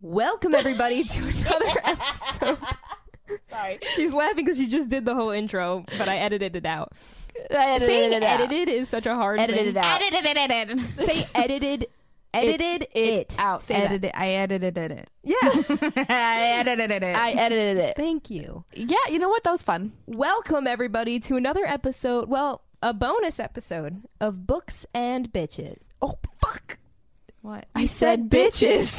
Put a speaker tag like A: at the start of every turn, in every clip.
A: Welcome everybody to another episode.
B: Sorry.
A: She's laughing because she just did the whole intro, but I edited it out.
B: I edited
A: Saying
B: it out.
A: edited is such a hard thing.
B: Edited it out.
A: Say edited, edited it,
B: out.
A: Say that.
C: edited it. I edited it.
A: Yeah.
C: I edited it.
B: I edited it.
A: Thank you.
B: Yeah, you know what? That was fun.
A: Welcome everybody to another episode. Well, a bonus episode of Books and Bitches. Oh fuck!
C: what?
A: I
B: said bitches.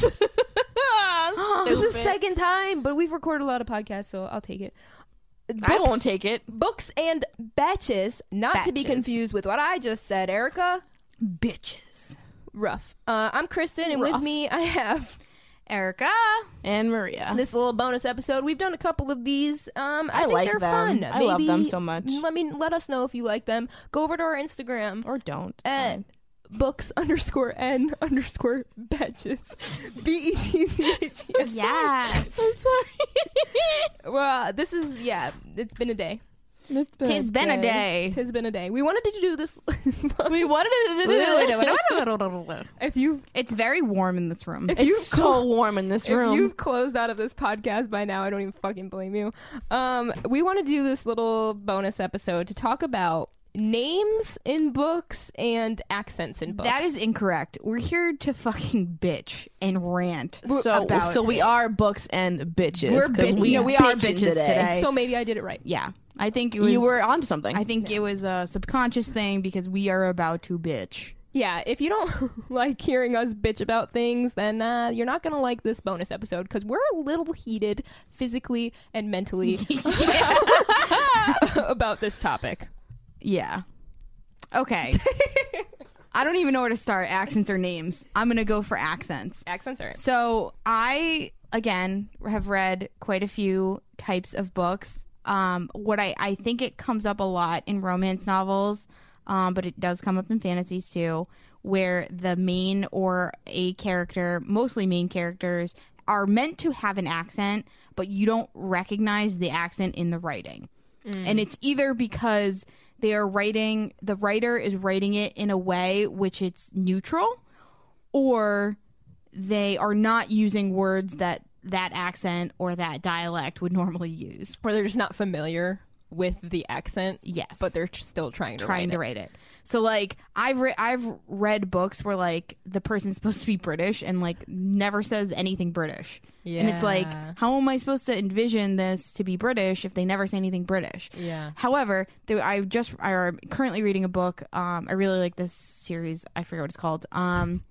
A: this is the second time, but we've recorded a lot of podcasts, so I'll take it.
B: I
A: Books-
B: won't take it.
A: Books and batches, not to be
C: Batches.
A: confused with what I just said, Erica.
C: Bitches.
A: Rough. Uh, I'm Kristen, and with
B: Rough.
A: me I have
C: Erica.
B: And Maria.
A: this little bonus episode. We've done a couple of these. Um, I,
B: I
A: think
B: like
A: they're
B: them.
A: fun.
B: I love them so much.
A: I mean, let us know if you like them. Go over to our Instagram
B: Or don't. It's
A: at
B: fine.
A: books underscore n underscore batches. B E T C H E S.
C: Yes.
B: I'm sorry.
A: Well, this is yeah. It's been a day.
B: It's been,
C: Tis been a day.
A: It's been a day. We wanted to do this.
B: We wanted to do it.
A: if you
C: it's very warm in this room.
A: you
B: It's so warm in this
A: If
B: room.
A: you've closed out of this podcast by now, I don't even fucking blame you. Um, we want to do this little bonus episode to talk about names in books and accents in books.
C: That is incorrect. We're here to fucking bitch and rant
B: So,
C: about.
B: so we are books and bitches.
C: We're
B: 'cause
C: bit-
B: we,
C: no, we are
B: bitching
C: bitches today.
A: so. Maybe I did it right.
C: yeah, I think it was.
B: You were onto something.
C: I think it was a subconscious thing because we are about to bitch.
A: Yeah. If you don't like hearing us bitch about things, then uh, you're not gonna like this bonus episode because we're a little heated physically and mentally about this topic.
C: Yeah. Okay. I don't even know where to start. Accents or names? I'm gonna go for accents.
A: Accents are
C: So I again have read quite a few types of books. Um, what I I think it comes up a lot in romance novels, um, but it does come up in fantasies too, where the main or a character, mostly main characters, are meant to have an accent, but you don't recognize the accent in the writing, and it's either because they are writing the writer is writing it in a way which it's neutral or they are not using words that that accent or that dialect would normally use.
A: or they're just not familiar with the accent.
C: Yes.
A: But they're still trying to
C: trying
A: write
C: to
A: it.
C: write it. So like I've re- I've read books where like the person's supposed to be British and like never says anything British. And it's like
A: Yeah.
C: how am I supposed to envision this to be British if they never say anything British?
A: Yeah.
C: However, there, I just I am currently reading a book. Um, I really like this series. I forget what it's called. Um,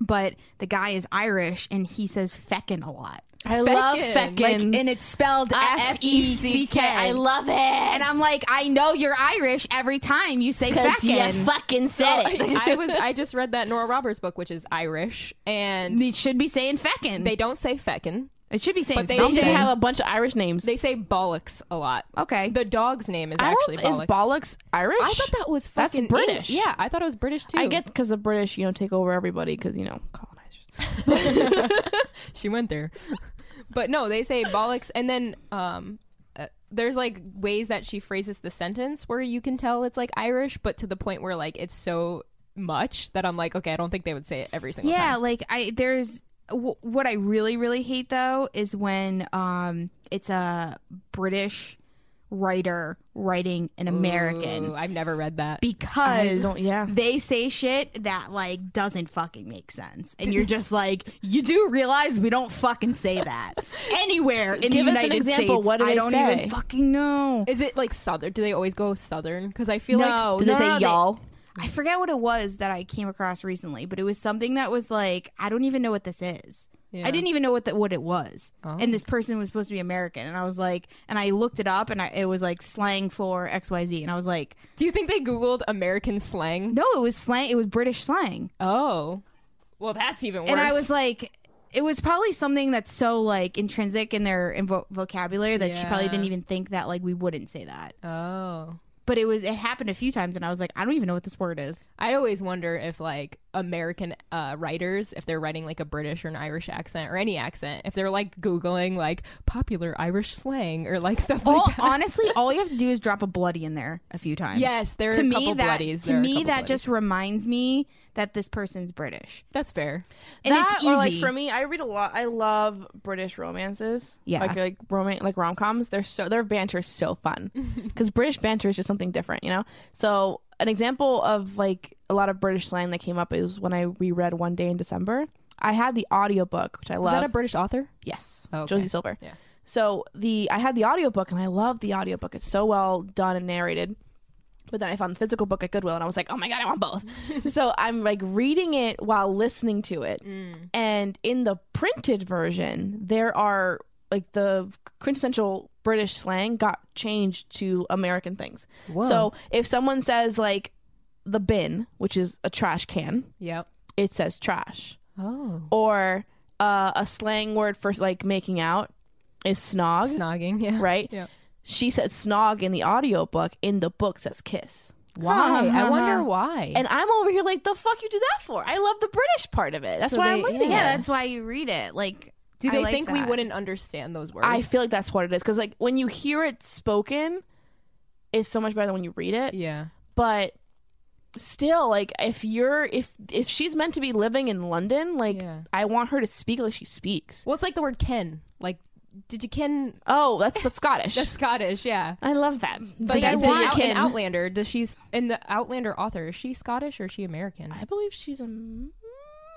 C: but the guy is Irish and he says feckin' a lot.
B: I love
A: Feckin'.
B: feckin'.
C: Like, and it's spelled Mm-hmm. F E C K.
B: I love it.
C: And I'm like, I know you're Irish every time you say
B: Because
C: feckin'.
B: you fucking said it.
A: I was I just read that Nora Roberts book, which is Irish, and
C: it should be saying feckin'.
A: they don't say feckin'.
C: it should be saying
A: they
B: They
C: something.
B: should have a bunch of Irish names.
A: They say bollocks a lot.
C: okay.
A: The dog's name is
B: I
A: actually
B: don't, is
A: bollocks.
B: bollocks Irish?
A: I thought that was
B: That's
A: fucking
B: British.
A: Eng- Yeah, I thought it was British too.
B: I get because the British, you know, take over everybody because you know colonizers.
A: she went there, but no, they say bollocks, and then um. uh, There's like ways that she phrases the sentence where you can tell it's like Irish, but to the point where like it's so much that I'm like, okay, I don't think they would say it every single
C: yeah,
A: time.
C: like I there's w- what I really really hate though is when um it's a British writer writing an American
A: Ooh, I've never read that.
C: because
B: I don't- yeah.
C: they say shit that like doesn't fucking make sense and you're just like you do realize we don't fucking say that anywhere in the
B: Give us an
C: United
B: example.
C: States
B: What do
C: I
B: they
C: don't
B: say?
C: even fucking know
A: Is it like southern? Do they always go southern? Because I feel
C: no,
A: like
B: Did
C: no,
B: they say
C: Oh, no,
B: y'all?
C: I forget what it was that I came across recently, but it was something that was like, I don't even know what this is.
A: Yeah.
C: I didn't even know what the, what it was.
B: Oh.
C: And this person was supposed to be American, and I was like, and I looked it up, and I, it was like slang for X Y Z, and I was like,
A: Do you think they Googled American slang?
C: no, it was slang. It was British slang,
A: Oh, well, that's even worse.
C: and I was like. It was probably something that's so like intrinsic in their in vo- vocabulary that she probably
A: Yeah.
C: didn't even think that like we wouldn't say that.
A: oh,
C: but it was it happened a few times, and I was like, I don't even know what this word is.
A: I always wonder if like American uh, writers, if they're writing like a British or an Irish accent or any accent, if they're like googling like popular Irish slang or like stuff
C: All,
A: like that.
C: honestly, all you have to do is drop a bloody in there a few times.
A: Yes, there are
C: to
A: a
C: me
A: couple
C: that
A: bloodies.
C: to
A: There are a
C: me
A: couple
C: that
A: bloodies.
C: just reminds me that this person's British,
A: That's fair.
C: and
B: that,
C: it's easy.
B: Or like for me, I read a lot. I love British romances.
C: Yeah.
B: like like romance, like rom coms. They're so their banter's so fun because British banter is just something different, you know. So an example of like a lot of British slang that came up is when I reread One Day in December. I had the audiobook, which I
A: Was
B: love.
A: that a British author?
B: Yes.
A: Oh, okay.
B: Josie Silver.
A: Yeah.
B: So the I had the audiobook and I love the audiobook. It's so well done and narrated. But then I found the physical book at Goodwill and I was like, "Oh my god, I want both." so I'm like reading it while listening to it.
A: Mm.
B: And in the printed version, there are like the quintessential British slang got changed to American things.
A: Whoa.
B: So if someone says like the bin, which is a trash can,
A: Yep.
B: it says trash
A: Oh.
B: or uh, a slang word for like making out is snog,
A: Snogging. Yeah.
B: right?
A: Yeah.
B: She said snog in the audiobook, in the book says kiss.
A: Why? I wonder why.
B: And I'm over here like, the fuck you do that for? I love the British part of it. That's
A: So
B: why
A: they-
B: I'm reading
C: yeah,
B: it.
C: that's why you read it. Like,
A: Do
C: I
A: they
C: like
A: think we
C: that.
A: wouldn't understand those words?
B: I feel like that's what it is. Because like when you hear it spoken, it's so much better than when you read it.
A: yeah.
B: But still, like if you're if if she's meant to be living in London, like
A: Yeah.
B: I want her to speak like she speaks.
A: Well, it's like the word ken. Like, did you ken?
B: Oh, that's that's Scottish.
A: That's Scottish. Yeah.
B: I love that.
A: But that's
B: Did
A: in,
B: you
A: Out- in
B: kin?
A: Outlander. Does she's in the Outlander author? Is she Scottish or is she American?
B: I believe she's a. mm,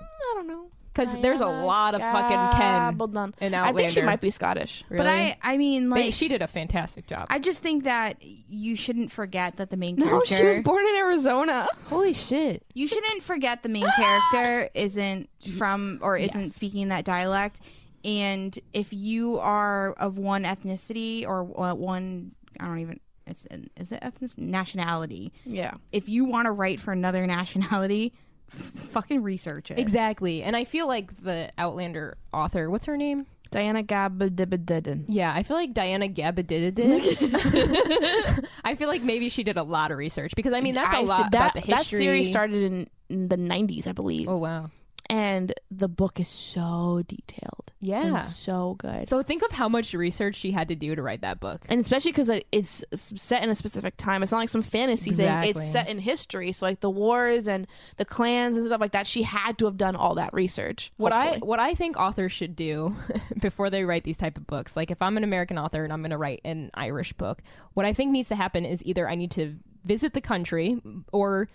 B: I don't know.
A: Because there's a
B: Diana
A: lot of fucking Ken
B: Gabaldon.
A: in Outlander.
B: I think she might be Scottish.
A: Really?
C: But I, I mean,
A: They-
C: like,
A: she did a fantastic job.
C: I just think that you shouldn't forget that the main
B: No,
C: character.
B: she was born in Arizona.
A: Holy shit!
C: You shouldn't forget the main character isn't from or isn't speaking that dialect. And if you are of one ethnicity or uh, one, I don't even, it's, is it ethnic? Nationality.
B: Yeah.
C: If you want to write for another nationality, fucking research it.
A: Exactly. And I feel like the Outlander author. What's her name?
B: Diana Gabaldon.
A: Yeah, I feel like Diana Gabba did it. I feel like maybe she did a lot of research because I mean that's a lot about the history.
B: That series started in, in the 90s, I believe.
A: Oh wow.
B: And the book is so detailed.
A: Yeah.
B: And so good.
A: So think of how much research she had to do to write that book.
B: and especially because it's set in a specific time. It's not like some fantasy thing.
A: Exactly.
B: It's set in history. So like the wars and the clans and stuff like that. She had to have done all that research.
A: What I
B: hopefully.
A: what I think authors should do before they write these type of books, like if I'm an American author and I'm going to write an Irish book, what I think needs to happen is either I need to visit the country or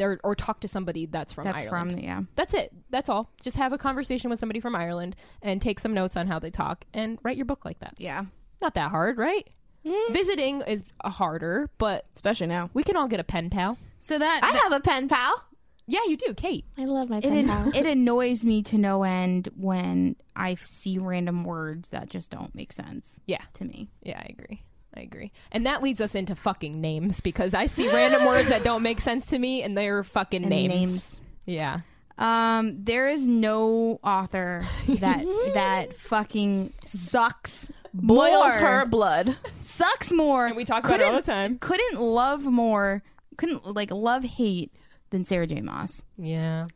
A: or, or talk to somebody that's from
C: That's
A: Ireland.
C: from, yeah.
A: That's it. That's all. Just have a conversation with somebody from Ireland and take some notes on how they talk and write your book like that.
C: Yeah.
A: Not that hard, right? Visiting is uh, harder, but
B: especially now.
A: we can all get a pen pal.
C: So that,
B: I have a pen pal.
A: Yeah, you do, Kate.
B: I love my
C: it,
B: pen pal.
C: it annoys me to no end when I see random words that just don't make sense
A: Yeah.
C: to me.
A: Yeah, I agree. I agree. And that leads us into fucking names because I see random words that don't make sense to me and they're fucking
C: And
A: names.
C: names.
A: Yeah.
C: Um, there is no author that that fucking sucks more,
B: Boils her blood.
C: sucks more.
A: And we talk about it all the time.
C: Couldn't love more. Couldn't like love hate than Sarah J. Moss.
A: Yeah.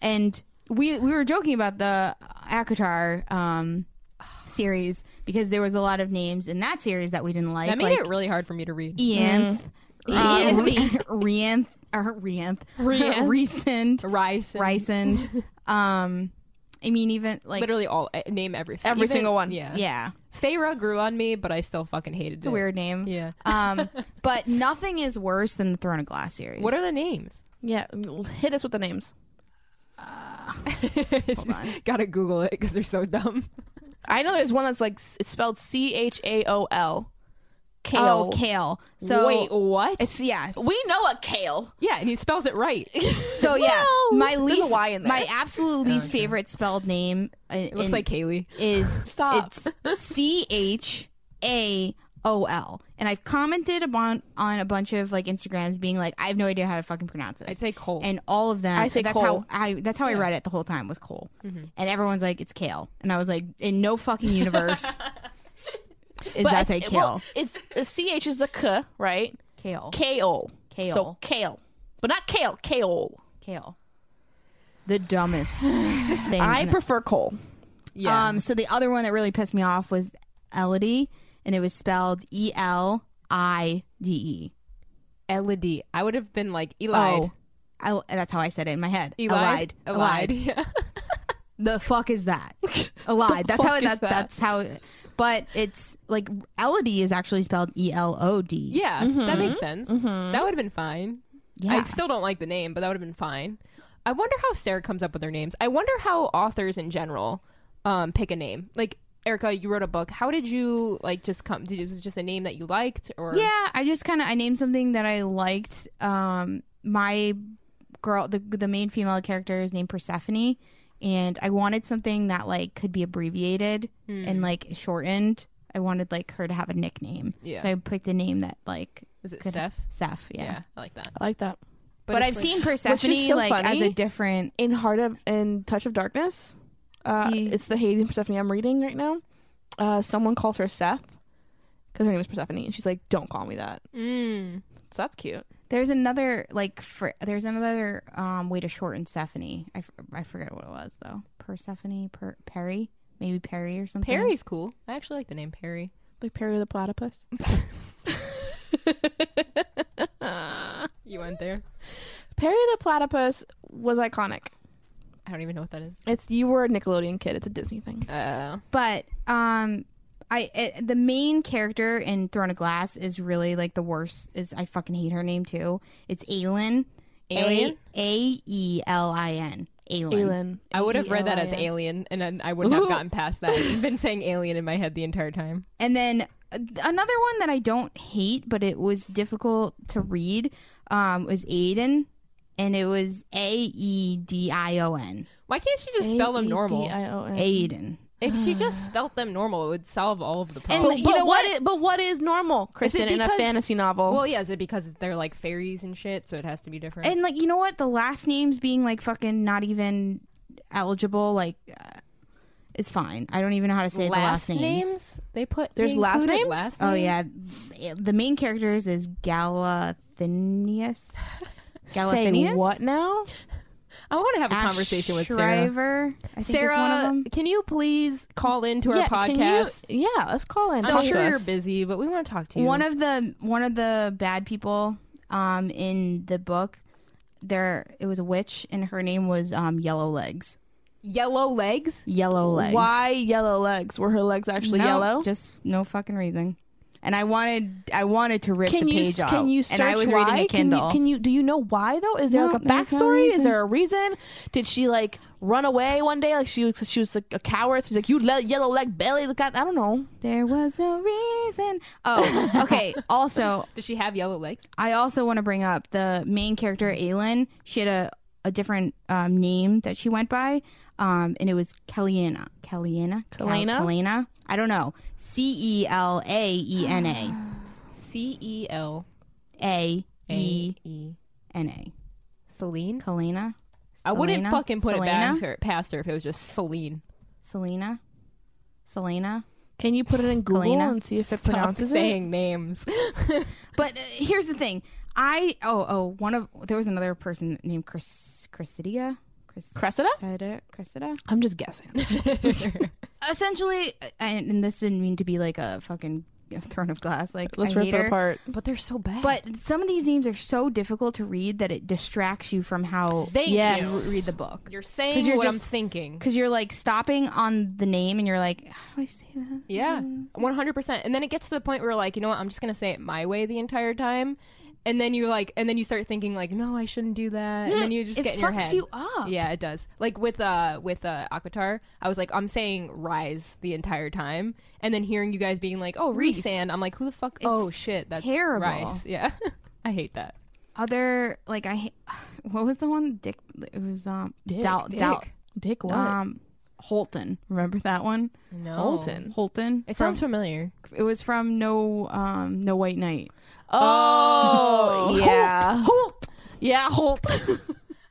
C: And we we were joking about the Akatar um series because there was a lot of names in that series that we didn't like.
A: That made
C: like
A: it Mm. really hard for me to read.
C: Ianth, um, Rianth, or Rianth,
A: Rianth.
C: Recent,
A: Rice. and-
C: Rysand. Um, I mean, even like
A: Literally all eh, name everything.
B: Every single one.
A: Yeah.
C: yeah,
A: Feyre grew on me, but I still fucking hated
C: it's a weird name.
A: Yeah.
C: Um, but nothing is worse than the Throne of Glass series.
A: What are the names?
B: Yeah, hit us with the names.
C: Uh,
A: It's just- gotta Google it because they're so dumb.
B: I know there's one that's like s- it's spelled C H A O L. Kale.
C: oh kale? So
A: Wait, what?
C: it's yeah.
B: We know a kale.
A: yeah, and he spells it right. it
C: So yeah,
B: Well,
C: my
B: there's a
C: least
B: Y in there.
C: my absolute least favorite spelled name. uh, It
A: looks like Kaylee.
C: is
B: Stop.
C: It's C H A O L, and I've commented upon on a bunch of like Instagrams being like, I have no idea how to fucking pronounce this.
A: I say Cole.
C: and all of them.
B: I say
C: that's
B: Cole. Mm-hmm.
C: how I that's how I read it the whole time was Cole, and everyone's like it's Kale, and I was like in no fucking universe is that say Kale.
B: Well, it's C H is the K, right?
C: Kale.
B: Kale.
C: Kale.
B: So kale. But not kale, kale.
C: Kale. The dumbest thing.
B: I prefer coal.
A: Yeah.
C: Um, so the other one that really pissed me off was Elodie, and it was spelled E L I D E.
A: Elodie. I would have been like Eli.
C: Oh, I, that's how I said it in my head.
A: Elide.
C: Elide. Elide.
A: Yeah.
C: The fuck is that? Elide. That's how.
A: fuck
C: It,
A: is
C: that,
A: that?
C: That's how. it- But it's like Elodie is actually spelled E L O D.
A: Yeah, that
C: Mm-hmm.
A: makes sense. That would have been fine. I still don't like the name, but that would have been fine. I wonder how Sarah comes up with her names. I wonder how authors in general um, pick a name. Like Erica, you wrote a book. How did you like just come? Did it was it just a name that you liked, or
C: Yeah, I just kind of I named something that I liked. Um, my girl, the the main female character is named Persephone, and I wanted something that like could be abbreviated and like shortened. I wanted like her to have a nickname,
A: Yeah.
C: so I picked a name that like
A: was it
C: Could-
A: Steph?
C: Seth. Yeah,
A: Yeah. I like that.
B: I like that.
C: but,
A: it's
C: I've
A: like-
C: seen Persephone
B: so
C: like as
B: funny.
C: a different.
B: in Heart of in Touch of Darkness. Uh,
C: Ye-
B: It's the Hades and Persephone I'm reading right now. Uh, someone calls her Seth because her name is Persephone, and she's like, "Don't call me that."
A: Mm.
B: So that's cute.
C: There's another like fr- there's another um way to shorten Stephanie. I, f- I forget what it was though. Persephone, per- Perry, maybe Perry or something.
A: Perry's cool. I actually like the name Perry.
B: Like Perry the Platypus.
A: You went there.
B: Perry the Platypus was iconic.
A: I don't even know what that is.
B: It's you were a Nickelodeon kid. It's a Disney thing.
A: Uh,
C: but um I it, the main character in Throne of Glass is really like the worst. Is I fucking hate her name too. It's Aelin.
A: Alien?
C: A E L I N. Aelin.
B: Elin.
A: I would have read that as
B: A.
C: E
A: alien, and then I would not have gotten past that. I've been saying alien in my head the entire time.
C: And then uh, another one that I don't hate, but it was difficult to read, um, was Aiden, and it was A E D I O N.
A: Why can't she just spell them normal?
B: A-E-D-I-O-N.
A: Mm-hmm.
C: Aiden.
A: If she just spelt them normal, it would solve all of the
C: Ah. And
A: problems.
B: But
C: you know
B: what?
C: what?
B: i- but what is normal, Kristen, in a
A: because-
B: fantasy novel?
A: well, yeah, is it because they're like fairies and shit, so it has to be different?
C: And like you know what, the last names being like fucking not even eligible, like uh, it's fine. I don't even know how to say the last names.
A: They put
B: There's
A: they
B: last
A: included
B: names?
A: Last
C: Oh
A: names?
C: yeah, the main characters is Galathinius.
B: Say what now?
A: I want to have a
C: Ash
A: conversation with Sarah.
C: Shriver, I think is one of
A: Sarah,
C: them.
A: can you please call in to our
B: can you-
A: podcast?
B: yeah, let's call in.
A: I'm
B: Talk to
A: sure
B: us.
A: you're busy, but we want to talk to you.
C: One of the one of the bad people um, in the book. There, it was a witch, and her name was um, Yellow Legs.
A: yellow legs.
C: Yellow Legs.
B: Why yellow legs? Were her legs actually
C: No,
B: yellow?
C: Just no fucking reason. And I wanted, I wanted to rip
B: can
C: the
B: you
C: page off.
B: can you search
C: and I was
B: why?
C: reading a
B: Can you-
C: Kindle.
B: Can you, do you know why though? Is there
C: No,
B: like a
C: there's no
B: backstory? Is
C: reason.
B: there a reason? Did she like run away one day? Like she was she was like a coward. So she's like you le- yellow leg belly. Look at I don't know.
C: there was no reason. Oh, okay. also,
A: Does she have yellow legs?
C: I also want to bring up the main character, Aelin. She had a, a different um, name that she went by, um, and it was Kellyana. Kellyana? Kel-
B: Kelena?
C: Kelena? I don't know. C E L A E N A.
A: C E L
C: A
A: A
C: E
A: E.
C: N A.
A: Celine.
C: Kelena?
A: I wouldn't
C: Selena?
A: fucking put it
C: Selena?
A: past her, past her if it was just Celine.
C: Selena? Selena?
B: Can you put it in Google
C: Kalina?
B: and see if it
A: Stop
B: pronounces it?
A: saying names.
C: But uh, here's the thing. I oh oh one of there was another person named Chris Chrysidia Chris
B: Cressida?
C: Cressida Cressida.
B: I'm just guessing.
C: Essentially, and, and this didn't mean to be like a fucking throne of glass. Like
B: Let's
C: I
B: rip
C: hate
B: it
C: her.
B: apart.
A: but they're so bad.
C: But some of these names are so difficult to read that it distracts you from how
A: Thank
B: Yes.
A: you.
C: you read the book.
A: You're saying
C: 'Cause you're
A: what I'm
C: just-
A: thinking.
C: Because you're like stopping on the name and you're like, how do I say that?
A: Yeah,
C: Mm-hmm.
A: one hundred percent. And then it gets to the point where like, you know what? I'm just gonna say it my way the entire time, and then you're like, and then you start thinking like, no, I shouldn't do that, and then you just
C: it
A: get in your
C: fucks
A: head.
C: you up.
A: Yeah, it does. Like with uh with uh Aquatar, I was like, I'm saying rise the entire time, and then hearing you guys being like, oh,
C: Reese.
A: Resan, I'm like, who the fuck? oh
C: It's
A: shit, that's
C: terrible.
A: Rice. Yeah, I hate that.
C: Other like I, ha- what was the one? Dick. It was um.
B: Dick.
C: Dal, Dal,
B: Dick what?
C: um Holton. Remember that one?
A: No,
B: Holton.
C: Holton.
A: It sounds familiar.
C: From- it was from No um No White Knight.
B: Oh, yeah,
C: Holt.
B: yeah, Holt.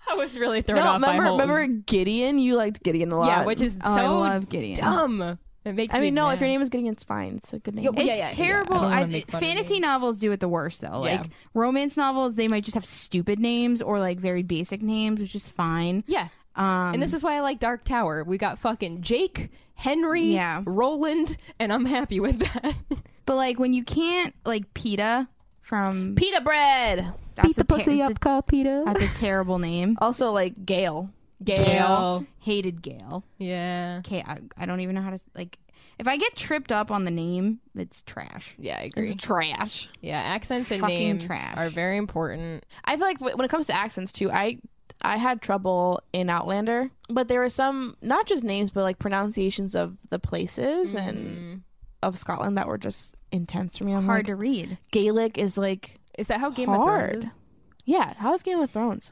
A: I was really thrown
B: no,
A: off by
B: remember
A: Holton.
B: remember Gideon? You liked Gideon a lot.
A: yeah, which is
C: Oh, I
A: so
C: love Gideon.
A: dumb. It makes
B: I
A: me
B: mean, no, if your
A: mad.
B: name is Gideon, it's fine. It's a good name.
A: Yeah, but-
C: It's
A: yeah,
C: terrible.
A: yeah. I don't wanna
C: I
A: make fun of
C: fantasy novels do it the worst though.
A: Yeah.
C: Like romance novels, they might just have stupid names or like very basic names, which is fine.
A: Yeah.
C: Um,
A: And this is why I like Dark Tower. We got fucking Jake, Henry,
C: Yeah.
A: Roland, and I'm happy with that.
C: but like when you can't like PETA from
B: Pita bread.
C: that's a ter- it's a-
A: call Peter.
C: that's a terrible name.
B: Also, like Gail.
A: Gail.
C: hated Gail.
A: Yeah.
C: Okay, I, I don't even know how to like. If I get tripped up on the name, it's trash.
A: Yeah, I agree.
B: trash.
A: Yeah, accents and
C: fucking
A: names
C: trash.
A: are very important.
B: I feel like wh- when it comes to accents too, I I had trouble in Outlander, but there were some not just names but like pronunciations of the places
A: Mm.
B: and of Scotland that were just intense for me. I'm
C: Hard
B: like,
C: to read.
B: Gaelic is like
A: Is that how Game of
B: hard.
A: Thrones is?
B: Yeah, how is Game of Thrones?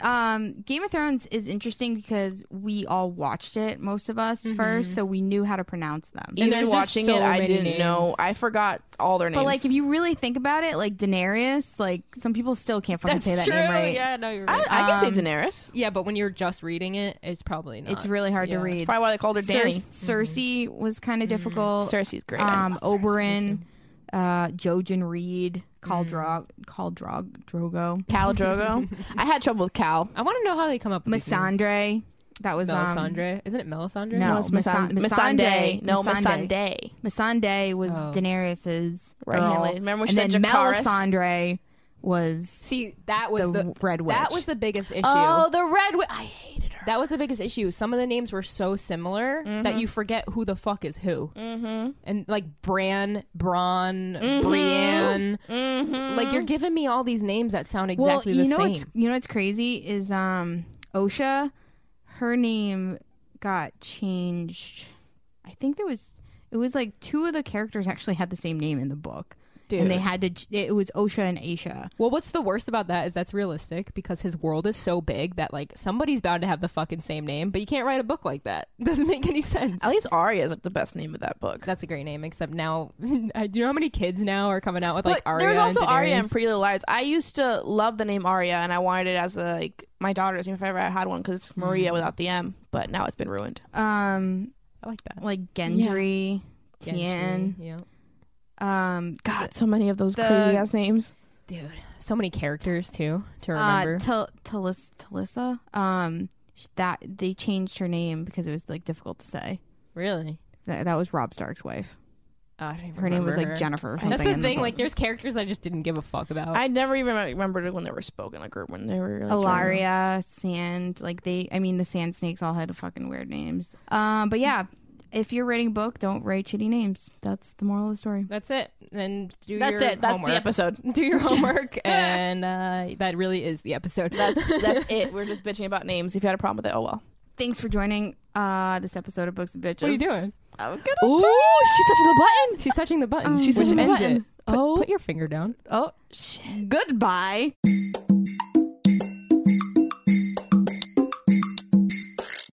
C: Um, Game of Thrones is interesting because we all watched it, most of
A: Mm-hmm.
C: us first, so we knew how to pronounce them.
A: And there's
B: Even
A: just
B: watching
A: so
B: it, I
A: many
B: didn't know.
A: names.
B: I forgot all their names.
C: But like, if you really think about it, like Daenerys, like some people still can't fucking say that name right.
A: Yeah, no, you're
B: I,
A: right.
B: I can
C: um,
B: say Daenerys.
A: yeah, but when you're just reading it, it's probably not.
C: It's really hard
A: Yeah. Mm-hmm.
C: to read.
B: Probably why they called her
C: Cer-
B: Danny.
C: Cersei was kind of difficult.
B: Cersei's great. I
C: um,
B: love Cersei.
C: Oberyn, uh, Jojen Reed,
A: Mm.
C: Caldrog, Caldrog, Drogo,
B: Cal Drogo. I had trouble with Cal.
A: I want to know how they come up with these names.
C: Melisandre. That was um,
A: Melisandre. Isn't it Melisandre?
C: No.
B: it's Missandei.
C: Missandei.
B: No,
C: Missandei.
B: Missandei.
C: Missandei was
A: Oh.
C: Daenerys's
B: Right
C: girl.
B: hand lady. Remember when
C: and
B: she said
C: then
B: Jacaerys?
C: Melisandre was
A: See, that was
C: The
A: the,
C: Red Witch.
A: That was the biggest issue.
B: Oh, the red. Wi- I hated her.
A: That was the biggest issue. Some of the names were so similar that you forget who the fuck is who. Mm-hmm. And like Bran, Braun, Brienne. Like you're giving me all these names that sound exactly
C: well. You
A: the
C: know
A: same.
C: what's you know what's crazy is um Osha, her name got changed. I think there was it was like two of the characters actually had the same name in the book, and they had to. ch- It was Osha and Aisha.
A: well, what's the worst about that is that's realistic because his world is so big that like somebody's bound to have the fucking same name, but you can't write a book like that. Doesn't make any sense.
B: At least Arya is like the best name of that book.
A: that's a great name, except now, I do you know how many kids now are coming out with like Arya?
B: there's also
A: and
B: Arya and
A: Daenerys?
B: Pretty Little Liars. I used to love the name Arya, and I wanted it as a, like my daughter's name if I ever had one because it's Maria without the M. But now it's been ruined.
C: Um,
A: I like that.
C: like Gendry, Tian.
A: yeah,
C: Um,
B: God, so many of those
C: The-
B: crazy ass names.
A: dude, so many characters too to remember.
C: uh, Tal- Talis- Talissa. Um, sh- that they changed her name because it was like difficult to say.
A: really?
C: That, that was Rob Stark's wife.
A: Oh, I don't even
C: Her name was
A: remember
C: like
A: her.
C: Jennifer. Or something
A: That's the
C: in
A: thing.
C: book.
A: like, there's characters I just didn't give a fuck about.
B: I never even remembered when they were spoken like or when they were like,
C: Alaria, Sand, like they I mean the Sand Snakes all had fucking weird names. Um but yeah, if you're writing a book, don't write shitty names. That's the moral of the story.
A: That's it. Then do
B: That's
A: your
B: it. That's
A: homework.
B: the episode.
A: Do your homework, and uh, that really is the episode.
B: That's that's it. We're just bitching about names. If you had a problem with it, oh well.
C: Thanks for joining uh this episode of Books and Bitches.
A: What are you doing?
C: I'm gonna
B: Ooh, she's touching the button.
C: Oh,
A: She's touching the button.
B: she's
A: which
B: touching the
A: ends
B: button.
A: it. Put,
B: Oh.
A: put your finger down.
B: Oh shit.
C: Goodbye.